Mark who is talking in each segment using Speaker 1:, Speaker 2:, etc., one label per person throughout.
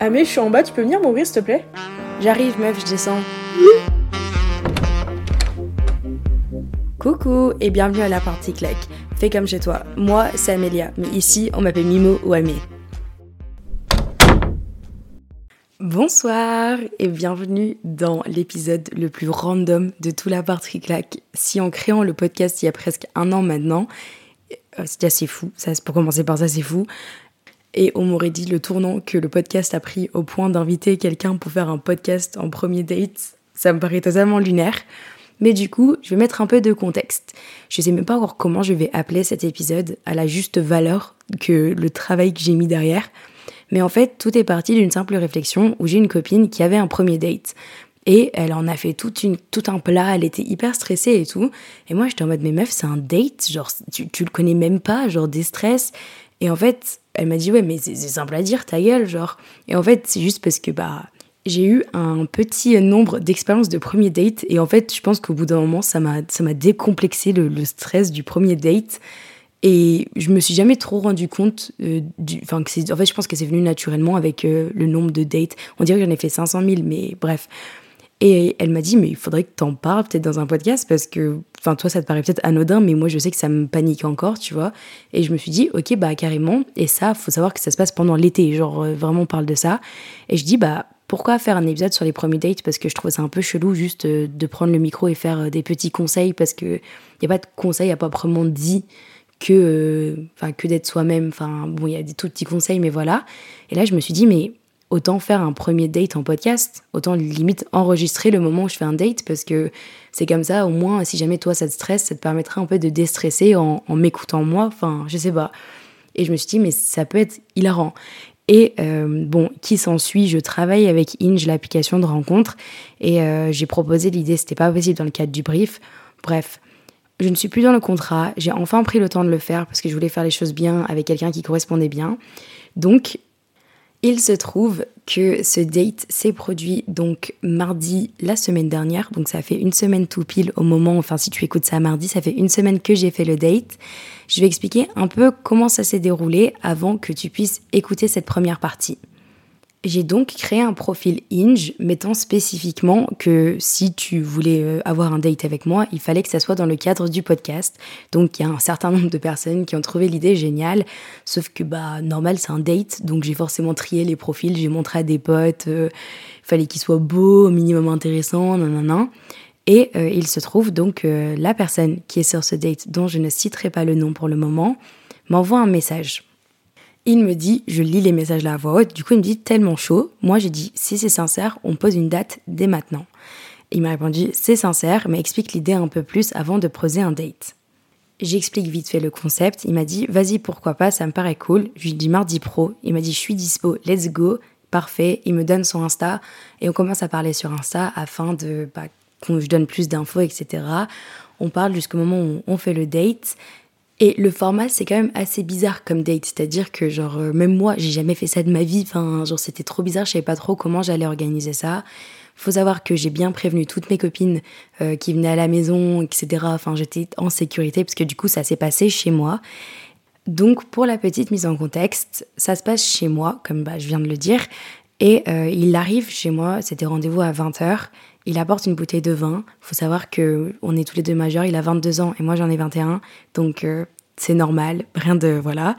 Speaker 1: Ah mais je suis en bas, tu peux venir m'ouvrir s'il te plaît
Speaker 2: J'arrive, meuf, je descends. Coucou et bienvenue à la partie claque. Fais comme chez toi. Moi, c'est Amélia, mais ici, on m'appelle Mimo ou Amé. Bonsoir et bienvenue dans l'épisode le plus random de tout la partie claque. Si en créant le podcast il y a presque un an maintenant, euh, c'était assez fou, ça, c'est- pour commencer par ça c'est fou, et on m'aurait dit le tournant que le podcast a pris au point d'inviter quelqu'un pour faire un podcast en premier date, ça me paraît totalement lunaire. Mais du coup, je vais mettre un peu de contexte. Je sais même pas encore comment je vais appeler cet épisode à la juste valeur que le travail que j'ai mis derrière. Mais en fait, tout est parti d'une simple réflexion où j'ai une copine qui avait un premier date. Et elle en a fait toute une, tout un plat, elle était hyper stressée et tout. Et moi, j'étais en mode, mais meuf, c'est un date, genre, tu, tu le connais même pas, genre, des stress. Et en fait, elle m'a dit, ouais, mais c'est c'est simple à dire, ta gueule, genre. Et en fait, c'est juste parce que, bah, j'ai eu un petit nombre d'expériences de premier date. Et en fait, je pense qu'au bout d'un moment, ça m'a ça m'a décomplexé le, le stress du premier date. Et je me suis jamais trop rendu compte euh, du. Enfin, que c'est- en fait, je pense que c'est venu naturellement avec euh, le nombre de dates. On dirait que j'en ai fait 500 000, mais bref. Et elle m'a dit, mais il faudrait que t'en parles peut-être dans un podcast parce que, enfin, toi, ça te paraît peut-être anodin, mais moi, je sais que ça me panique encore, tu vois. Et je me suis dit, ok, bah, carrément. Et ça, faut savoir que ça se passe pendant l'été. Genre, euh, vraiment, on parle de ça. Et je dis, bah, pourquoi faire un épisode sur les premiers dates Parce que je trouvais ça un peu chelou juste euh, de prendre le micro et faire euh, des petits conseils parce qu'il n'y a pas de conseils à proprement dit que, euh, enfin, que d'être soi-même. Enfin, bon, il y a des tout petits conseils, mais voilà. Et là, je me suis dit, mais autant faire un premier date en podcast, autant limite enregistrer le moment où je fais un date parce que c'est comme ça, au moins, si jamais toi ça te stresse, ça te permettra un peu de déstresser en, en m'écoutant moi. Enfin, je sais pas. Et je me suis dit, mais ça peut être hilarant. Et euh, bon, qui s'ensuit Je travaille avec Inge, l'application de rencontre, et euh, j'ai proposé l'idée, c'était pas possible dans le cadre du brief. Bref, je ne suis plus dans le contrat, j'ai enfin pris le temps de le faire parce que je voulais faire les choses bien avec quelqu'un qui correspondait bien. Donc, il se trouve que ce date s'est produit donc mardi la semaine dernière, donc ça fait une semaine tout pile au moment, enfin si tu écoutes ça mardi, ça fait une semaine que j'ai fait le date. Je vais expliquer un peu comment ça s'est déroulé avant que tu puisses écouter cette première partie. J'ai donc créé un profil Inge mettant spécifiquement que si tu voulais euh, avoir un date avec moi, il fallait que ça soit dans le cadre du podcast. Donc il y a un certain nombre de personnes qui ont trouvé l'idée géniale, sauf que bah normal c'est un date, donc j'ai forcément trié les profils, j'ai montré à des potes, euh, il fallait qu'ils soient beaux, au minimum intéressants, nanana. Et euh, il se trouve donc euh, la personne qui est sur ce date, dont je ne citerai pas le nom pour le moment, m'envoie un message. Il me dit, je lis les messages là à voix haute, du coup il me dit tellement chaud. Moi j'ai dit, si c'est sincère, on pose une date dès maintenant. Il m'a répondu, c'est sincère, mais explique l'idée un peu plus avant de poser un date. J'explique vite fait le concept. Il m'a dit, vas-y, pourquoi pas, ça me paraît cool. Je lui dis mardi pro. Il m'a dit, je suis dispo, let's go. Parfait. Il me donne son Insta et on commence à parler sur Insta afin de bah, qu'on je donne plus d'infos, etc. On parle jusqu'au moment où on fait le date. Et le format, c'est quand même assez bizarre comme date. C'est-à-dire que, genre, euh, même moi, j'ai jamais fait ça de ma vie. Enfin, genre, c'était trop bizarre. Je savais pas trop comment j'allais organiser ça. Faut savoir que j'ai bien prévenu toutes mes copines euh, qui venaient à la maison, etc. Enfin, j'étais en sécurité parce que du coup, ça s'est passé chez moi. Donc, pour la petite mise en contexte, ça se passe chez moi, comme bah, je viens de le dire. Et euh, il arrive chez moi, c'était rendez-vous à 20h. Il apporte une bouteille de vin. faut savoir que on est tous les deux majeurs. Il a 22 ans et moi j'en ai 21. Donc euh, c'est normal, rien de. Voilà.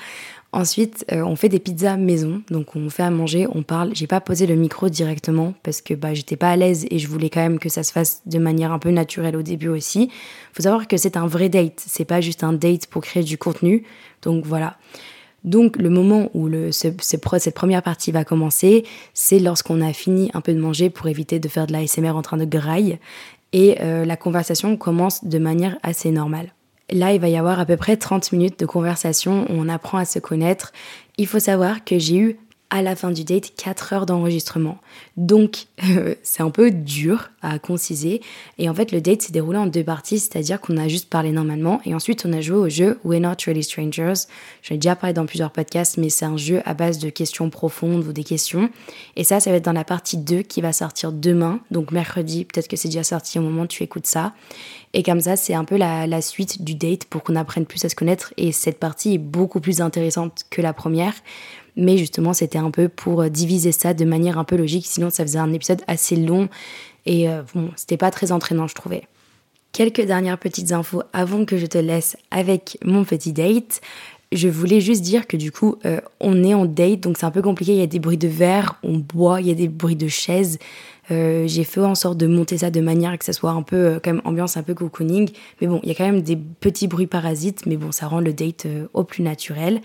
Speaker 2: Ensuite, euh, on fait des pizzas maison. Donc on fait à manger, on parle. J'ai pas posé le micro directement parce que bah, j'étais pas à l'aise et je voulais quand même que ça se fasse de manière un peu naturelle au début aussi. faut savoir que c'est un vrai date. C'est pas juste un date pour créer du contenu. Donc voilà. Donc le moment où le, ce- ce pro- cette première partie va commencer, c'est lorsqu'on a fini un peu de manger pour éviter de faire de l'ASMR en train de graille. Et euh, la conversation commence de manière assez normale. Là, il va y avoir à peu près 30 minutes de conversation où on apprend à se connaître. Il faut savoir que j'ai eu à la fin du date 4 heures d'enregistrement. Donc euh, c'est un peu dur à conciser. Et en fait le date s'est déroulé en deux parties, c'est-à-dire qu'on a juste parlé normalement et ensuite on a joué au jeu We're Not Really Strangers. J'en ai déjà parlé dans plusieurs podcasts, mais c'est un jeu à base de questions profondes ou des questions. Et ça, ça va être dans la partie 2 qui va sortir demain, donc mercredi, peut-être que c'est déjà sorti au moment où tu écoutes ça. Et comme ça, c'est un peu la, la suite du date pour qu'on apprenne plus à se connaître. Et cette partie est beaucoup plus intéressante que la première. Mais justement, c'était un peu pour euh, diviser ça de manière un peu logique, sinon ça faisait un épisode assez long et euh, bon, c'était pas très entraînant, je trouvais. Quelques dernières petites infos avant que je te laisse avec mon petit date. Je voulais juste dire que du coup, euh, on est en date, donc c'est un peu compliqué. Il y a des bruits de verre, on boit, il y a des bruits de chaises. Euh, j'ai fait en sorte de monter ça de manière que ça soit un peu, euh, quand même, ambiance un peu cocooning. Mais bon, il y a quand même des petits bruits parasites, mais bon, ça rend le date euh, au plus naturel.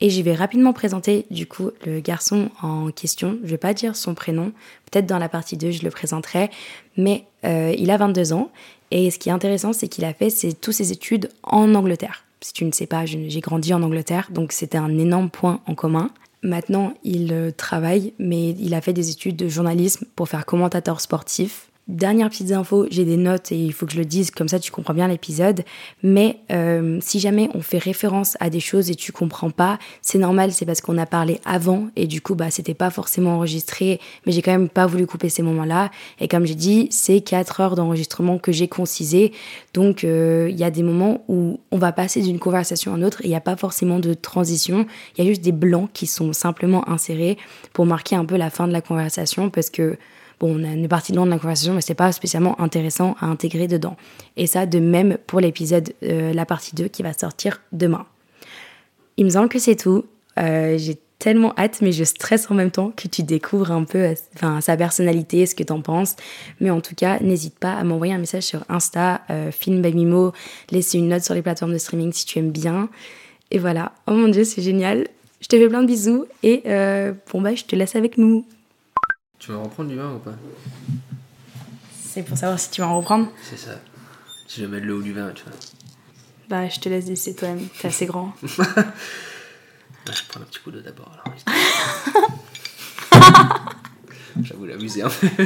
Speaker 2: Et je vais rapidement présenter du coup le garçon en question. Je vais pas dire son prénom, peut-être dans la partie 2 je le présenterai, mais euh, il a 22 ans et ce qui est intéressant c'est qu'il a fait ses, toutes ses études en Angleterre. Si tu ne sais pas, je- j'ai grandi en Angleterre, donc c'était un énorme point en commun. Maintenant, il euh, travaille, mais il a fait des études de journalisme pour faire commentateur sportif. Dernière petite info, j'ai des notes et il faut que je le dise, comme ça tu comprends bien l'épisode. Mais euh, si jamais on fait référence à des choses et tu comprends pas, c'est normal, c'est parce qu'on a parlé avant et du coup, bah, c'était pas forcément enregistré, mais j'ai quand même pas voulu couper ces moments-là. Et comme j'ai dit, c'est 4 heures d'enregistrement que j'ai concisé. Donc, euh, il y a des moments où on va passer d'une conversation à une autre et il n'y a pas forcément de transition. Il y a juste des blancs qui sont simplement insérés pour marquer un peu la fin de la conversation parce que Bon, on a une partie loin de la conversation, mais c'est pas spécialement intéressant à intégrer dedans. Et ça, de même pour l'épisode, euh, la partie 2 qui va sortir demain. Il me semble que c'est tout. Euh, J'ai tellement hâte, mais je stresse en même temps que tu découvres un peu euh, enfin, sa personnalité, ce que t'en penses. Mais en tout cas, n'hésite pas à m'envoyer un message sur Insta, euh, Film by Mimo, laisser une note sur les plateformes de streaming si tu aimes bien. Et voilà. Oh mon dieu, c'est génial. Je te fais plein de bisous et euh, bon bah je te laisse avec nous.
Speaker 3: Tu vas reprendre du vin ou pas
Speaker 2: C'est pour savoir si tu vas en reprendre.
Speaker 3: C'est ça. Si je mets le haut du vin, tu vois.
Speaker 2: Bah, je te laisse décider toi-même. T'es assez grand.
Speaker 3: Ah, je prends un petit coup d'eau d'abord. alors. J'avoue hein. l'amuser un peu.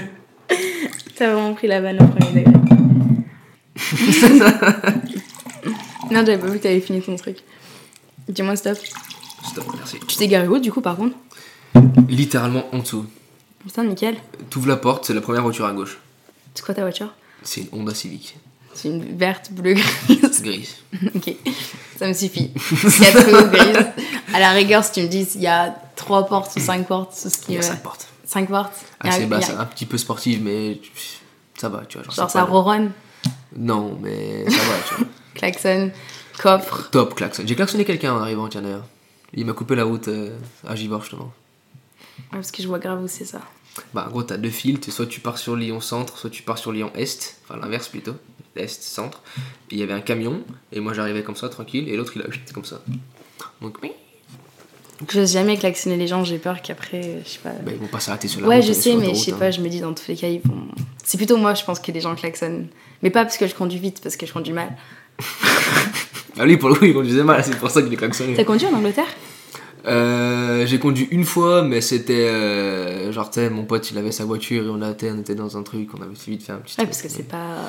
Speaker 2: T'as vraiment pris la vanne au premier degré. non, j'avais pas vu que t'avais fini ton truc. Dis-moi stop.
Speaker 3: Stop, merci.
Speaker 2: Tu t'es garé où du coup par contre
Speaker 3: Littéralement en dessous.
Speaker 2: Putain, nickel.
Speaker 3: T'ouvres la porte, c'est la première voiture à gauche.
Speaker 2: C'est quoi ta voiture
Speaker 3: C'est une Honda Civic.
Speaker 2: C'est une verte, bleue, grise.
Speaker 3: C'est grise.
Speaker 2: ok, ça me suffit. Quatre roues grises. À la rigueur, si tu me dis, il y a trois portes ou cinq portes, c'est ce
Speaker 3: Il
Speaker 2: qui
Speaker 3: y a
Speaker 2: me.
Speaker 3: cinq portes.
Speaker 2: Cinq portes. Il y a-
Speaker 3: Assez
Speaker 2: il
Speaker 3: basse,
Speaker 2: y a-
Speaker 3: un petit peu sportive, mais ça va, tu vois.
Speaker 2: Genre,
Speaker 3: c'est
Speaker 2: ça
Speaker 3: pas-
Speaker 2: ronronne,
Speaker 3: Non, mais ça va, tu vois.
Speaker 2: klaxon, coffre.
Speaker 3: Top klaxon. J'ai klaxonné quelqu'un en arrivant, tiens d'ailleurs. Il m'a coupé la route euh, à Givor, justement.
Speaker 2: Ah, parce que je vois grave où c'est ça.
Speaker 3: Bah, en gros, t'as deux fils, t'es- soit tu pars sur Lyon Centre, soit tu pars sur Lyon Est, enfin l'inverse plutôt, Est, Centre. Et il y avait un camion, et moi j'arrivais comme ça, tranquille, et l'autre il a chut, comme ça. Donc, oui.
Speaker 2: Je n'ose jamais klaxonner les gens, j'ai peur qu'après, je sais pas.
Speaker 3: Bah, ils vont pas s'arrêter sur la
Speaker 2: ouais,
Speaker 3: route.
Speaker 2: je
Speaker 3: euh,
Speaker 2: sais,
Speaker 3: sur
Speaker 2: mais je
Speaker 3: l'autoroute,
Speaker 2: sais
Speaker 3: hein.
Speaker 2: pas, je me dis dans tous les cas, ils vont. C'est plutôt moi, je pense, que les gens klaxonnent. Mais pas parce que je conduis vite, parce que je conduis mal.
Speaker 3: Ah, lui, pour le coup, il conduisait mal, c'est pour ça qu'il est klaxonné.
Speaker 2: T'as conduit en Angleterre
Speaker 3: Euh, J'ai conduit une fois, mais c'était. euh, genre, tu sais, mon pote il avait sa voiture, et on, a, on était dans un truc, on avait vite fait un petit.
Speaker 2: Ouais,
Speaker 3: truc,
Speaker 2: parce que
Speaker 3: mais-
Speaker 2: c'est pas.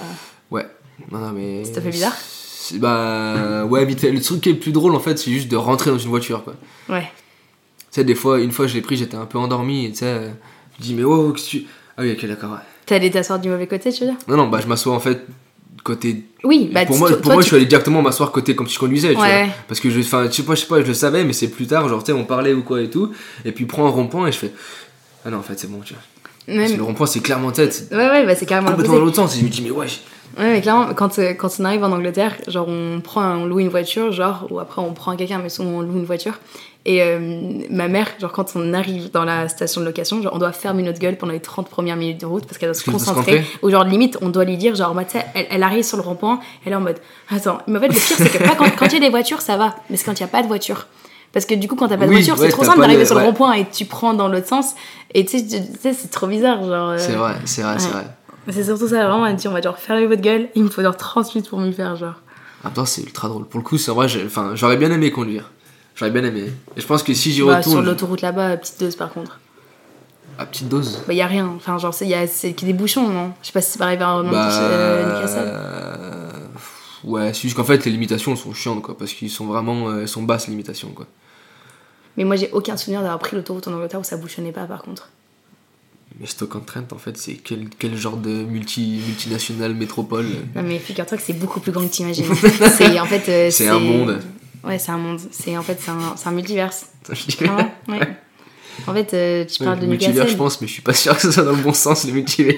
Speaker 3: Ouais. Non, non, mais.
Speaker 2: Ça t'a fait bizarre
Speaker 3: C'est- Bah, ouais, vite fait. Le truc qui est le plus drôle en fait, c'est juste de rentrer dans une voiture, quoi.
Speaker 2: Ouais.
Speaker 3: Tu sais, des fois, une fois je l'ai pris, j'étais un peu endormi, et tu sais, euh, je dis, mais wow, qu'est-ce que tu. Ah oui, ok, d'accord, ouais.
Speaker 2: T'es allé t'asseoir du mauvais côté, tu veux dire
Speaker 3: Non, non, bah je m'assois en fait côté.
Speaker 2: Oui, bah
Speaker 3: pour
Speaker 2: tu-
Speaker 3: moi,
Speaker 2: toi-
Speaker 3: pour
Speaker 2: toi,
Speaker 3: moi
Speaker 2: tu-
Speaker 3: je suis allé directement m'asseoir côté comme si je conduisais, tu
Speaker 2: Ouais.
Speaker 3: vois. Parce que je, enfin, je sais pas, je sais pas, je le savais, mais c'est plus tard, genre, tu sais, on parlait ou quoi et tout, et puis prends un rond-point et je fais. Ah non, en fait, c'est bon, tu vois. Parce que le
Speaker 2: Même...
Speaker 3: rond-point, c'est clairement tête, c'est
Speaker 2: Ouais, ouais, bah c'est carrément
Speaker 3: complètement dans
Speaker 2: l'opposé.
Speaker 3: l'autre sens, et je me dis, mais ouais, je-
Speaker 2: Ouais, mais clairement, quand, euh, quand on arrive en Angleterre, genre on prend, un- on loue une voiture, genre, ou après on prend quelqu'un, mais souvent on loue une voiture. Et euh, ma mère, genre quand on arrive dans la station de location, genre on doit fermer notre gueule pendant les 30 premières minutes de route parce qu'elle doit se
Speaker 3: Parce qu'elle doit se
Speaker 2: concentrer. Ou genre limite, on doit lui dire, genre, bah, tu sais, elle, elle arrive sur le rond-point, elle est en mode, attends, mais en fait le pire c'est que pas quand quand il y a des voitures, ça va, mais c'est quand il n'y a pas de voiture. Parce que du coup, quand t'as pas de
Speaker 3: Oui,
Speaker 2: voiture, c'est
Speaker 3: ouais,
Speaker 2: trop
Speaker 3: t'as
Speaker 2: simple
Speaker 3: pas
Speaker 2: d'arriver
Speaker 3: le-
Speaker 2: sur le
Speaker 3: ouais.
Speaker 2: rond-point et tu prends dans l'autre sens. Et tu sais, tu- tu sais, c'est trop bizarre, genre. euh,
Speaker 3: c'est vrai, c'est vrai, c'est
Speaker 2: Ouais.
Speaker 3: vrai.
Speaker 2: c'est surtout ça, vraiment, elle dit on va genre fermer votre gueule, il me faut genre 30 minutes pour m'y faire, genre.
Speaker 3: Ah putain, c'est ultra drôle. Pour le coup, c'est en vrai, j'ai- enfin, j'aurais bien aimé conduire. J'aurais bien aimé. Et je pense que si j'y
Speaker 2: Bah, sur
Speaker 3: retourne,
Speaker 2: l'autoroute là-bas, petite dose par contre.
Speaker 3: à petite dose.
Speaker 2: Bah, y a rien, enfin, genre, c'est y a- c'est qu'il y a des bouchons, non Je sais pas si c'est pareil vers Monte- euh, Newcastle.
Speaker 3: Bah, euh, ouais, c'est juste qu'en fait, les limitations sont chiantes, quoi. Parce qu'ils sont vraiment. euh, elles sont basses, les limitations, quoi.
Speaker 2: Mais moi, j'ai aucun souvenir d'avoir pris l'autoroute en Angleterre où ça bouchonnait pas par contre.
Speaker 3: Mais Stock and Trent, en fait, c'est quel, quel genre de multi, multinationale métropole euh,
Speaker 2: Non, mais figure-toi que c'est beaucoup plus grand que t'imagines. c'est en fait. euh,
Speaker 3: C'est un monde.
Speaker 2: Ouais, c'est un monde. C'est en fait c'est un, c'est un multiverse.
Speaker 3: Attends, je dis-
Speaker 2: Vraiment, ouais. En fait, euh, tu parles Ah, de
Speaker 3: Le multivers, je
Speaker 2: Newcastle.
Speaker 3: pense, mais je suis pas sûr que ce soit dans le bon sens, le multivers.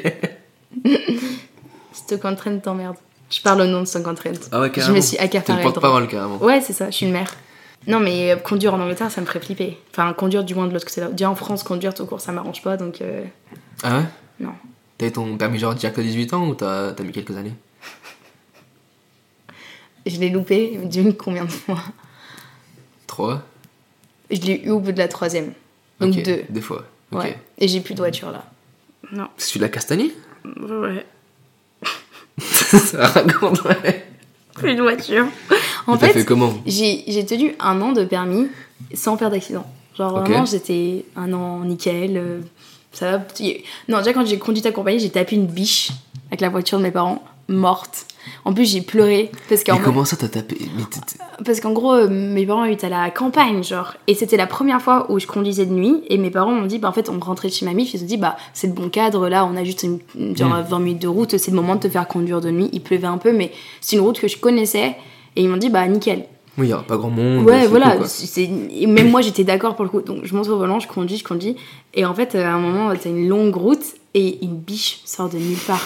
Speaker 2: Stock Trent t'emmerde. Je parle au nom de Stock Trent.
Speaker 3: Ah ouais,
Speaker 2: Je
Speaker 3: carrément.
Speaker 2: me suis
Speaker 3: T'es le
Speaker 2: accaparé le droit.
Speaker 3: porte-parole, carrément.
Speaker 2: Ouais, c'est ça, je suis une mère. Non, mais euh, conduire en Angleterre, ça me ferait flipper. Enfin, conduire du moins de l'autre côté. Déjà en France, conduire tout court, ça m'arrange pas, donc euh,
Speaker 3: Ah ouais
Speaker 2: Non.
Speaker 3: T'as eu ton permis genre direct à 18 ans ou t'as t'as mis quelques années
Speaker 2: je l'ai loupé d'une combien de fois
Speaker 3: 3
Speaker 2: Je l'ai eu au bout de la troisième. Donc deux.
Speaker 3: Deux fois. Ok.
Speaker 2: Ouais. Et j'ai plus de voiture là. Non.
Speaker 3: C'est celui de la castagnée
Speaker 2: Ouais.
Speaker 3: Ça raconte, ouais.
Speaker 2: Plus de voiture.
Speaker 3: Mais
Speaker 2: En
Speaker 3: t'as
Speaker 2: fait,
Speaker 3: fait comment
Speaker 2: j'ai j'ai tenu un an de permis sans faire d'accident. Genre
Speaker 3: Ok.
Speaker 2: vraiment, j'étais un an nickel. euh, ça va. petit- Non, déjà quand j'ai conduit accompagnée, j'ai tapé une biche avec la voiture de mes parents, morte. En plus, j'ai pleuré parce qu'en
Speaker 3: Mais comment ça t'as tapé Mais t'es- t'es-
Speaker 2: Parce qu'en gros, euh, mes parents étaient à la campagne, genre. Et c'était la première fois où je conduisais de nuit. Et mes parents m'ont dit, bah en fait, on rentrait de chez mamie. Ils se sont dit, bah c'est le bon cadre, là, on a juste une, une- genre,
Speaker 3: Mm.
Speaker 2: 20 minutes de route, c'est le moment de te faire conduire de nuit. Il pleuvait un peu, mais c'est une route que je connaissais. Et ils m'ont dit, bah nickel.
Speaker 3: Oui, y aura pas grand monde.
Speaker 2: ouais,
Speaker 3: Mm, bah, c'est
Speaker 2: voilà.
Speaker 3: tout, quoi.
Speaker 2: c'est- et même moi, j'étais d'accord pour le coup. Donc je monte au volant, je conduis, je conduis. Et en fait, euh, à un moment, t'as une longue route et une biche sort de nulle part.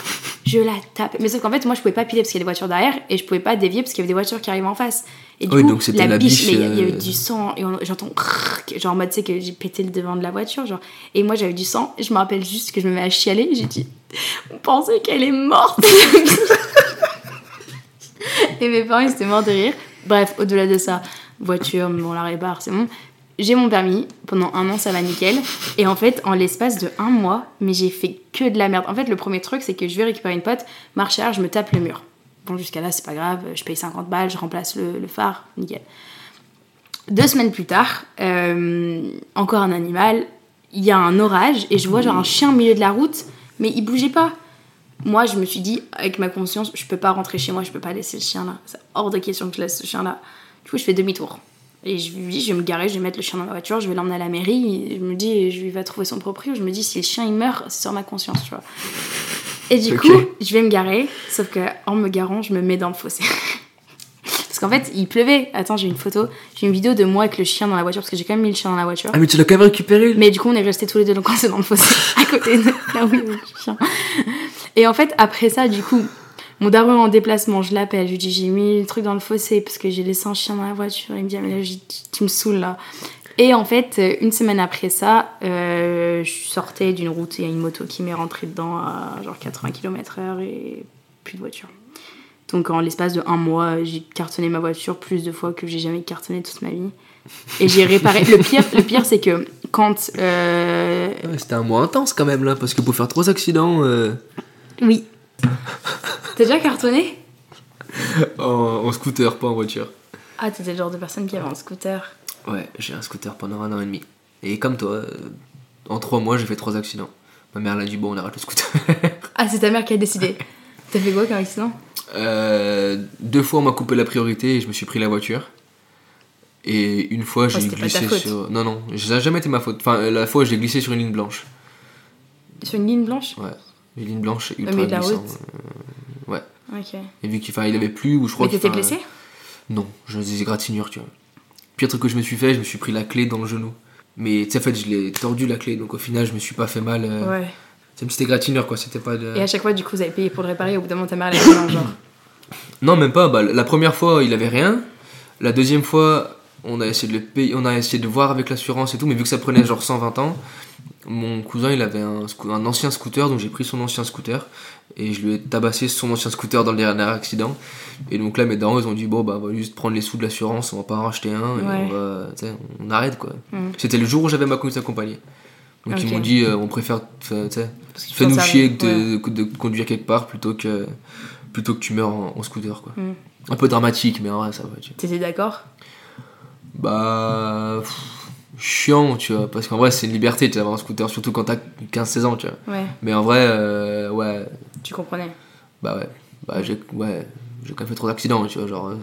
Speaker 2: Je la tape. Mais sauf qu'en fait, moi, je pouvais pas piler parce qu'il y avait des voitures derrière et je pouvais pas dévier parce qu'il y avait des voitures qui arrivaient en face. Et du
Speaker 3: Oui,
Speaker 2: coup,
Speaker 3: donc c'était
Speaker 2: la,
Speaker 3: la
Speaker 2: biche,
Speaker 3: biche,
Speaker 2: mais il y a- il y, avait
Speaker 3: euh,
Speaker 2: du sang et on- j'entends crrrk, genre en mode, tu sais, que j'ai pété le devant de la voiture. genre Et moi, j'avais du sang. Je me rappelle juste que je me mets à chialer. J'ai dit, on pensait qu'elle est morte. et mes parents, ils étaient morts de rire. Bref, au-delà de ça, voiture, bon, la répare, c'est bon. J'ai mon permis, pendant un an ça va nickel. Et en fait, en l'espace de un mois, mais j'ai fait que de la merde. En fait, le premier truc, c'est que je vais récupérer une pote, marche arrière, je me tape le mur. Bon, jusqu'à là, c'est pas grave, je paye 50 balles, je remplace le, le phare, nickel. Deux semaines plus tard, euh, encore un animal, il y a un orage et je vois genre un chien au milieu de la route, mais il bougeait pas. Moi, je me suis dit, avec ma conscience, je peux pas rentrer chez moi, je peux pas laisser ce chien là. C'est hors de question que je laisse ce chien là. Du coup, je fais demi-tour. Et je lui dis, je vais me garer, je vais mettre le chien dans la voiture, je vais l'emmener à la mairie. et je me dis, je lui vais trouver son propriétaire. Je me dis, si le chien il meurt, c'est sur ma conscience, tu vois. Et du
Speaker 3: Ok.
Speaker 2: coup, je vais me garer, sauf que en me garant, je me mets dans le fossé. parce qu'en fait, il pleuvait. Attends, j'ai une photo, j'ai une vidéo de moi avec le chien dans la voiture, parce que j'ai quand même mis le chien dans la voiture.
Speaker 3: Ah, mais tu l'as quand même récupéré
Speaker 2: Mais du coup, on est restés tous les deux donc on s'est dans le fossé à côté de Ah là où il y avait le chien. Et en fait, après ça, du coup, mon daron est en déplacement, je l'appelle, je lui dis j'ai mis le truc dans le fossé parce que j'ai laissé un chien dans la voiture. Il me dit Ah, mais là, j'ai- tu- tu me saoules là. Et en fait, euh, une semaine après ça, euh, je sortais d'une route et il y a une moto qui m'est rentrée dedans à genre 80 km/h et plus de voiture. Donc en l'espace de un mois, j'ai cartonné ma voiture plus de fois que j'ai jamais cartonné toute ma vie. Et j'ai réparé. Le pire, le pire c'est que quand. euh,
Speaker 3: Ah ouais, C'était un mois intense quand même là, parce que pour faire trois accidents euh,
Speaker 2: Oui. T'as déjà cartonné
Speaker 3: en, en scooter, pas en voiture.
Speaker 2: Ah, t'étais le genre de personne qui avait un scooter.
Speaker 3: Ouais, j'ai un scooter pendant un an et demi. Et comme toi, euh, en trois mois, j'ai fait trois accidents. Ma mère l'a dit, bon, on arrête le scooter.
Speaker 2: Ah, c'est ta mère qui a décidé. T'as fait quoi comme accident
Speaker 3: Euh, deux fois, on m'a coupé la priorité et je me suis pris la voiture. Et une fois, j'ai
Speaker 2: c'était pas ta
Speaker 3: glissé
Speaker 2: faute.
Speaker 3: sur. Non, non, ça n'a jamais été ma faute. Enfin, euh, la fois, où j'ai glissé sur une ligne blanche.
Speaker 2: Sur une ligne blanche
Speaker 3: Ouais, une ligne blanche
Speaker 2: Au
Speaker 3: ultra
Speaker 2: milieu de la
Speaker 3: glissant.
Speaker 2: route
Speaker 3: Euh, ouais.
Speaker 2: Ok.
Speaker 3: Et vu qu'il enfin, il avait plu, ou je crois
Speaker 2: Mais
Speaker 3: que.
Speaker 2: t'étais
Speaker 3: enfin,
Speaker 2: blessé
Speaker 3: Non, je des égratignures, tu vois. Pire truc que je me suis fait, je me suis pris la clé dans le genou. Mais tu sais, en fait, je l'ai tordu la clé, donc au final, je me suis pas fait mal. euh,
Speaker 2: Ouais.
Speaker 3: C'est une petite égratignure, quoi. C'était pas de.
Speaker 2: Et à chaque fois, du coup, vous avez payé pour le réparer. Au bout d'un moment, ta mère, elle a dit non, genre.
Speaker 3: Non, même pas. Bah, la première fois, il avait rien. La deuxième fois, on a essayé de le payer, on a essayé de voir avec l'assurance et tout, mais vu que ça prenait genre 120 ans, mon cousin, il avait un, scoo- un ancien scooter, donc j'ai pris son ancien scooter et je lui ai tabassé son ancien scooter dans le dernier accident. Et donc là, mes darons, ils ont dit bon, bah, on va juste prendre les sous de l'assurance, on va pas en racheter un et
Speaker 2: Ouais.
Speaker 3: on va, tu sais, on arrête quoi.
Speaker 2: Mm.
Speaker 3: C'était le jour où j'avais ma conduite accompagnée. Donc
Speaker 2: Ok.
Speaker 3: ils m'ont dit euh, on préfère, enfin, tu sais,
Speaker 2: Parce que tu
Speaker 3: Fais-nous
Speaker 2: penses à-
Speaker 3: chier que
Speaker 2: Ouais.
Speaker 3: de, de conduire quelque part plutôt que, plutôt que tu meurs en, en scooter, quoi.
Speaker 2: Mm.
Speaker 3: Un peu dramatique, mais en vrai, ça va, tu vois.
Speaker 2: T'étais d'accord
Speaker 3: Bah... pff, chiant, tu vois, parce qu'en vrai, c'est une liberté, tu vois, d'avoir un scooter, surtout quand t'as 15-16 ans, tu vois.
Speaker 2: Ouais,
Speaker 3: Mais en vrai, euh, ouais,
Speaker 2: tu comprenais.
Speaker 3: bah ouais, bah j'ai ouais, j'ai quand même fait trop d'accidents, tu vois, genre... euh,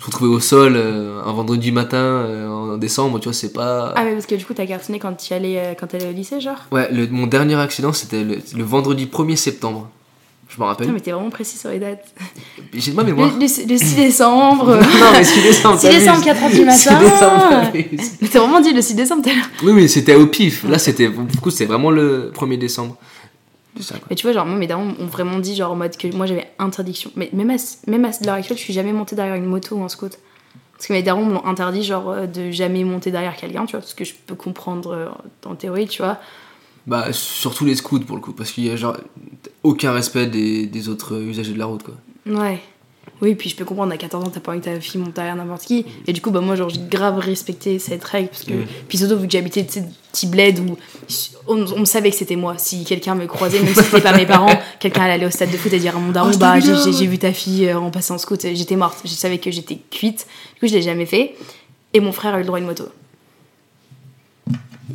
Speaker 3: se retrouver au sol euh, un vendredi matin euh, en décembre, tu vois, c'est pas...
Speaker 2: Ah, mais parce que du coup, t'as cartonné quand t'y allais, euh, quand t'allais au lycée, genre
Speaker 3: Ouais, le- mon dernier accident, c'était le, le vendredi 1er septembre. Je m'en rappelle.
Speaker 2: Putain, mais t'es vraiment précis sur les dates.
Speaker 3: J'ai de ma
Speaker 2: Le,
Speaker 3: mémoire.
Speaker 2: le- le 6 décembre.
Speaker 3: non, mais 6 décembre.
Speaker 2: 6 décembre, 4h du matin.
Speaker 3: 6 décembre, t'abuses.
Speaker 2: T'as vraiment dit le 6 décembre tout à l'heure.
Speaker 3: Oui, mais c'était au pif. Là, c'était. Du coup, c'était vraiment le 1er décembre. C'est ça, quoi.
Speaker 2: Mais tu vois, genre, moi, mes darons ont vraiment dit, genre, en mode que moi j'avais interdiction. Mais même à, ce- même à l'heure actuelle, je suis jamais montée derrière une moto ou un scout. Parce que mes darons me l'ont interdit, genre, euh, de jamais monter derrière quelqu'un, tu vois. Ce que je peux comprendre euh, en théorie, tu vois.
Speaker 3: Bah, surtout les scouts pour le coup, parce qu'il y a genre aucun respect des, des autres usagers de la route, quoi.
Speaker 2: Ouais. Oui, puis je peux comprendre, à 14 ans, t'as pas envie que ta fille monte derrière n'importe qui. Et du coup, bah, moi, genre, j'ai grave respecté cette règle. Parce que...
Speaker 3: Mm.
Speaker 2: Puis surtout, vu que j'habitais, tu sais, petit bled où on, on savait que c'était moi. Si quelqu'un me croisait, même si c'était pas mes parents, quelqu'un allait aller au stade de foot et dire à mon daron,
Speaker 3: Oh, je
Speaker 2: bah,
Speaker 3: t'avais
Speaker 2: j'ai
Speaker 3: là,
Speaker 2: j'ai-
Speaker 3: ouais.
Speaker 2: j'ai vu ta fille euh, en passant en scout, j'étais morte. Je savais que j'étais cuite. Du coup, je l'ai jamais fait. Et mon frère a eu le droit à une moto.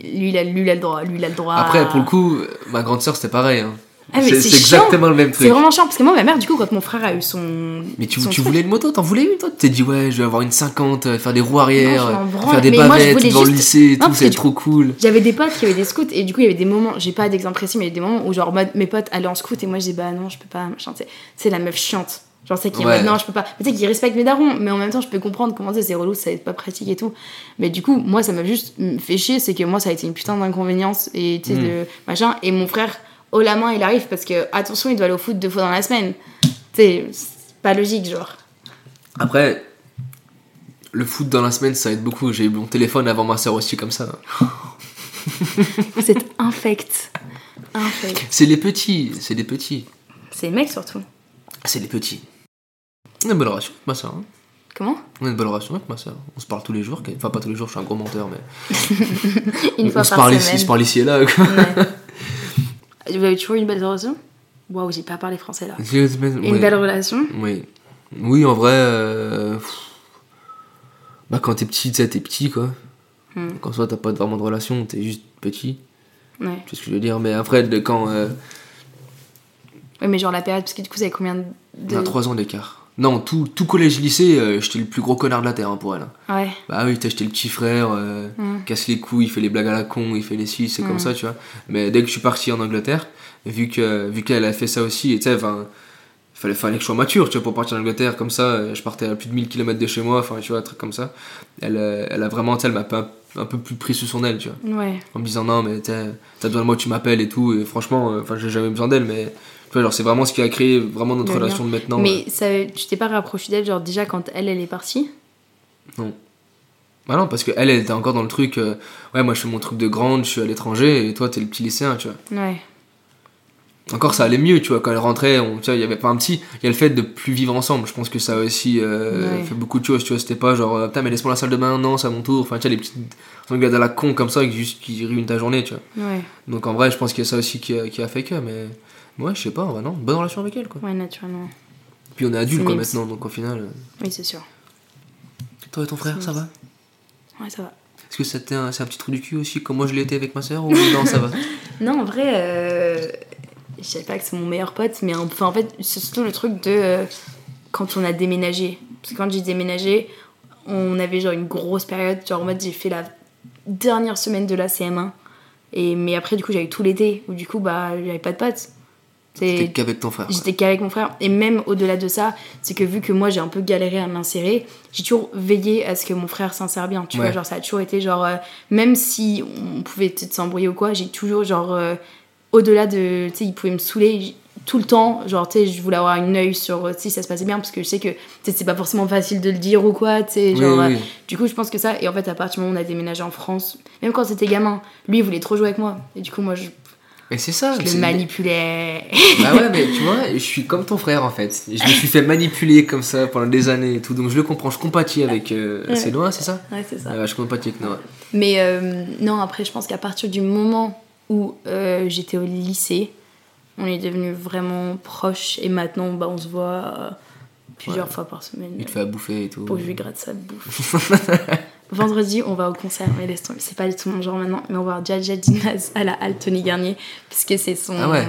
Speaker 2: Lui, il a, lui, il a le droit. Lui, il a le droit.
Speaker 3: Après, pour le coup, ma grande sœur, c'était pareil. hein.
Speaker 2: Ah, mais c'est
Speaker 3: c'est c'est
Speaker 2: chiant.
Speaker 3: exactement le même
Speaker 2: C'est
Speaker 3: truc.
Speaker 2: vraiment chiant parce que moi, ma mère, du coup, quand mon frère a eu son.
Speaker 3: Mais tu,
Speaker 2: son
Speaker 3: tu
Speaker 2: truc,
Speaker 3: voulais une moto, t'en voulais une toi Tu t'es dit ouais je vais avoir une 50, euh, faire des roues arrière,
Speaker 2: Non, je m'en
Speaker 3: euh,
Speaker 2: branle.
Speaker 3: faire des
Speaker 2: Mais moi, je
Speaker 3: bavettes
Speaker 2: voulais
Speaker 3: devant le
Speaker 2: juste-
Speaker 3: lycée et
Speaker 2: Non,
Speaker 3: tout,
Speaker 2: parce
Speaker 3: c'est
Speaker 2: que-
Speaker 3: trop cool.
Speaker 2: J'avais des potes qui avaient des scouts et du coup il y avait des moments, j'ai pas d'exemple précis, mais il y a des moments où genre ma- mes potes allaient en scout et moi je disais bah non je peux pas, machin, tu sais. c'est la meuf chiante. Genre c'est qui est en
Speaker 3: Ouais.
Speaker 2: mode, non je peux pas, mais tu sais qui respecte mes darons, mais en même temps je peux comprendre comment c'est, c'est relou, ça va être pas pratique et tout. Mais du coup moi ça m'a juste mm, fait chier, c'est que moi ça a été une putain d'inconvénience et tu sais
Speaker 3: Mm.
Speaker 2: de machin, et mon frère haut la main il arrive parce que attention il doit aller au foot deux fois dans la semaine. Tu sais, c'est pas logique genre.
Speaker 3: Après, le foot dans la semaine ça aide beaucoup. J'ai eu mon téléphone avant ma soeur aussi comme ça.
Speaker 2: C'est infect. Infect.
Speaker 3: C'est les petits, c'est les petits,
Speaker 2: C'est les mecs surtout.
Speaker 3: c'est les petits. On a une bonne relation avec ma soeur.
Speaker 2: Comment
Speaker 3: On a une bonne relation avec ma soeur. On se parle tous les jours, enfin pas tous les jours, je suis un gros menteur, mais
Speaker 2: Une
Speaker 3: on,
Speaker 2: fois
Speaker 3: on se
Speaker 2: par
Speaker 3: parle
Speaker 2: semaine.
Speaker 3: ici, on se parle ici et là. quoi.
Speaker 2: Ouais. Vous avez toujours eu une belle relation Waouh, j'ai pas parlé français là. Une
Speaker 3: Ouais.
Speaker 2: belle relation
Speaker 3: Oui. Oui, en vrai. euh, pff, Bah, quand t'es petit, tu sais, t'es petit, quoi.
Speaker 2: Hmm.
Speaker 3: Quand soit t'as pas vraiment de relation, t'es juste petit.
Speaker 2: Ouais.
Speaker 3: Tu sais ce que je veux dire Mais après, de- quand. euh,
Speaker 2: Ouais, mais genre la période, parce que du coup, ça avait combien de.
Speaker 3: On a 3 ans d'écart. Non, tout, tout collège-lycée, euh, j'étais le plus gros connard de la Terre hein, pour elle. hein.
Speaker 2: Ouais.
Speaker 3: Bah oui, t'as acheté le petit frère, euh,
Speaker 2: Hmm.
Speaker 3: casse les couilles, il fait les blagues à la con, il fait les six, c'est
Speaker 2: Hmm.
Speaker 3: comme ça, tu vois. Mais dès que je suis parti en Angleterre, vu que vu qu'elle a fait ça aussi, et tu sais, enfin, fallait, fallait que je sois mature, tu vois, pour partir en Angleterre, comme ça, euh, je partais à plus de 1000 km de chez moi, enfin, tu vois, un truc comme ça. Elle, euh, elle a vraiment, tu sais, elle m'a pas- un peu plus pris sous son aile, tu vois.
Speaker 2: Ouais.
Speaker 3: En me disant, non, mais tu sais, t'as besoin de moi, tu m'appelles et tout, et franchement, euh, enfin, j'ai jamais besoin d'elle, mais tu vois, genre, c'est vraiment ce qui a créé vraiment notre
Speaker 2: Le lien.
Speaker 3: relation de maintenant. euh.
Speaker 2: mais ça, tu t'es pas rapproché d'elle, genre déjà quand elle, elle est partie
Speaker 3: Bah non, parce que elle, elle était encore dans le truc. euh, ouais, moi je fais mon truc de grande, je suis à l'étranger, et toi t'es le petit lycéen, tu vois.
Speaker 2: Ouais.
Speaker 3: Encore ça allait mieux, tu vois, quand elle rentrait, on, tu vois, il y avait pas un petit. Il y a le fait de plus vivre ensemble, je pense que ça a aussi euh,
Speaker 2: Ouais.
Speaker 3: fait beaucoup de choses, tu vois. C'était pas genre, euh, putain, mais laisse-moi la salle de bain, non, c'est à mon tour. Enfin, tu vois, les petites engueulades à la con comme ça qui, juste, qui ruinent ta journée, tu vois.
Speaker 2: Ouais.
Speaker 3: Donc en vrai, je pense qu'il y a ça aussi qui a, qui a fait que, mais. Ouais, je sais pas, en vrai, non, bonne relation avec elle, quoi.
Speaker 2: Ouais, naturellement.
Speaker 3: Puis on est adulte,
Speaker 2: C'est
Speaker 3: quoi,
Speaker 2: mimes.
Speaker 3: maintenant, donc au final. euh,
Speaker 2: Oui, c'est sûr.
Speaker 3: Toi et ton frère, ça va
Speaker 2: Ouais, ça va.
Speaker 3: Est-ce que c'était un- c'est un petit trou du cul aussi, comme moi je l'étais avec ma soeur, ou non, ça va
Speaker 2: Non, en vrai, euh, je savais pas que c'est mon meilleur pote, mais un- enfin, en fait, c'est surtout le truc de euh, quand on a déménagé. Parce que quand j'ai déménagé, on avait genre une grosse période, genre en mode j'ai fait la dernière semaine de la CM1. Et, mais après, du coup, j'avais tout l'été, où du coup, bah, j'avais pas de potes. C'est-
Speaker 3: T'es qu'avec ton frère. quoi.
Speaker 2: J'étais qu'avec mon frère. Et même au-delà de ça, c'est que vu que moi j'ai un peu galéré à m'insérer, j'ai toujours veillé à ce que mon frère s'insère bien. Tu vois,
Speaker 3: Ouais.
Speaker 2: genre ça a toujours été genre, euh, même si on pouvait peut-être s'embrouiller ou quoi, j'ai toujours genre, euh, au-delà de, tu sais, il pouvait me saouler j- tout le temps. Genre, tu sais, je voulais avoir une œil sur euh, si ça se passait bien parce que je sais que tu sais, c'est pas forcément facile de le dire ou quoi, tu sais.
Speaker 3: Oui,
Speaker 2: Genre,
Speaker 3: oui,
Speaker 2: euh,
Speaker 3: oui.
Speaker 2: du coup, je pense que ça. Et en fait, à partir du moment où on a déménagé en France, même quand c'était gamin, lui il voulait trop jouer avec moi. Et du coup, moi je,
Speaker 3: Mais c'est ça.
Speaker 2: je
Speaker 3: Ah, c'est-
Speaker 2: le manipulais.
Speaker 3: Bah ouais, mais tu vois, je suis comme ton frère en fait. Je me suis fait manipuler comme ça pendant des années et tout, donc je le comprends. Je compatis avec euh,
Speaker 2: Ouais.
Speaker 3: c'est loin, c'est ça
Speaker 2: ouais, c'est ça.
Speaker 3: Ah ouais, Je compatis avec Noah.
Speaker 2: Mais euh, non, après, je pense qu'à partir du moment où euh, j'étais au lycée, on est devenus vraiment proches et maintenant, bah, on se voit euh, plusieurs fois par semaine
Speaker 3: Il te fait à bouffer et tout.
Speaker 2: pour que je lui gratte sa bouffe. Vendredi, on va au concert, mais laisse tomber, c'est pas du tout mon genre maintenant, mais on va voir Jaja Dinaz à la halle Tony Garnier, parce que c'est son.
Speaker 3: Ah ouais.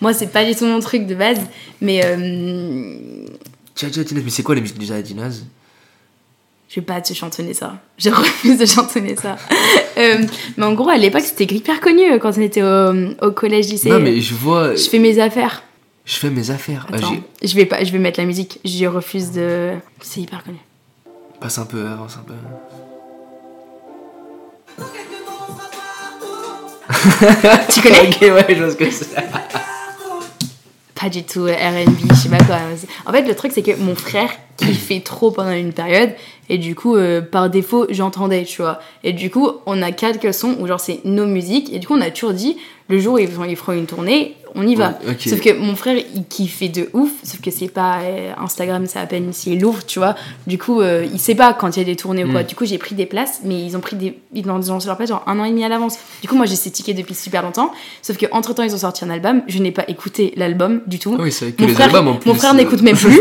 Speaker 2: Moi, c'est pas du tout mon truc de base, mais euh,
Speaker 3: Tja, tja, Dinaz, mais c'est quoi les musiques déjà Dinaz
Speaker 2: Je vais pas te chantonner ça. Je refuse de chantonner ça. Euh, mais en gros, à l'époque, c'était hyper connu euh, quand on était au, au collège lycée.
Speaker 3: Non, mais je vois.
Speaker 2: Je fais mes affaires.
Speaker 3: Je fais mes affaires. Ah,
Speaker 2: Attends,
Speaker 3: j'ai-
Speaker 2: je vais pas, je vais mettre la musique. Je refuse de. C'est hyper connu.
Speaker 3: Passe un peu, avance un peu.
Speaker 2: tu connais
Speaker 3: Ah, ok, ouais, je vois ce que c'est.
Speaker 2: Pas du tout euh, R&B, je sais pas quoi. En fait, le truc c'est que mon frère kiffait trop pendant une période et du coup, euh, par défaut, j'entendais, tu vois. Et du coup, on a quelques sons où genre c'est nos musiques et du coup, on a toujours dit le jour où ils, font- ils feront une tournée, on y va.
Speaker 3: Ok.
Speaker 2: Sauf que mon frère, il kiffait de ouf, sauf que c'est pas euh, Instagram, c'est à peine s'il l'ouvre, tu vois. Du coup, euh, il sait pas quand il y a des tournées ou quoi.
Speaker 3: Mm.
Speaker 2: Du coup, j'ai pris des places, mais ils ont pris des. Ils ont, ils ont lancé leur place genre un an et demi à l'avance. Du coup, moi, j'ai ces tickets depuis super longtemps. Sauf que entre temps, ils ont sorti un album. Je n'ai pas écouté l'album du tout.
Speaker 3: Ah oui, c'est avec tous
Speaker 2: Mon
Speaker 3: les
Speaker 2: frère,
Speaker 3: albums en plus. euh,
Speaker 2: mon frère n'écoute même plus.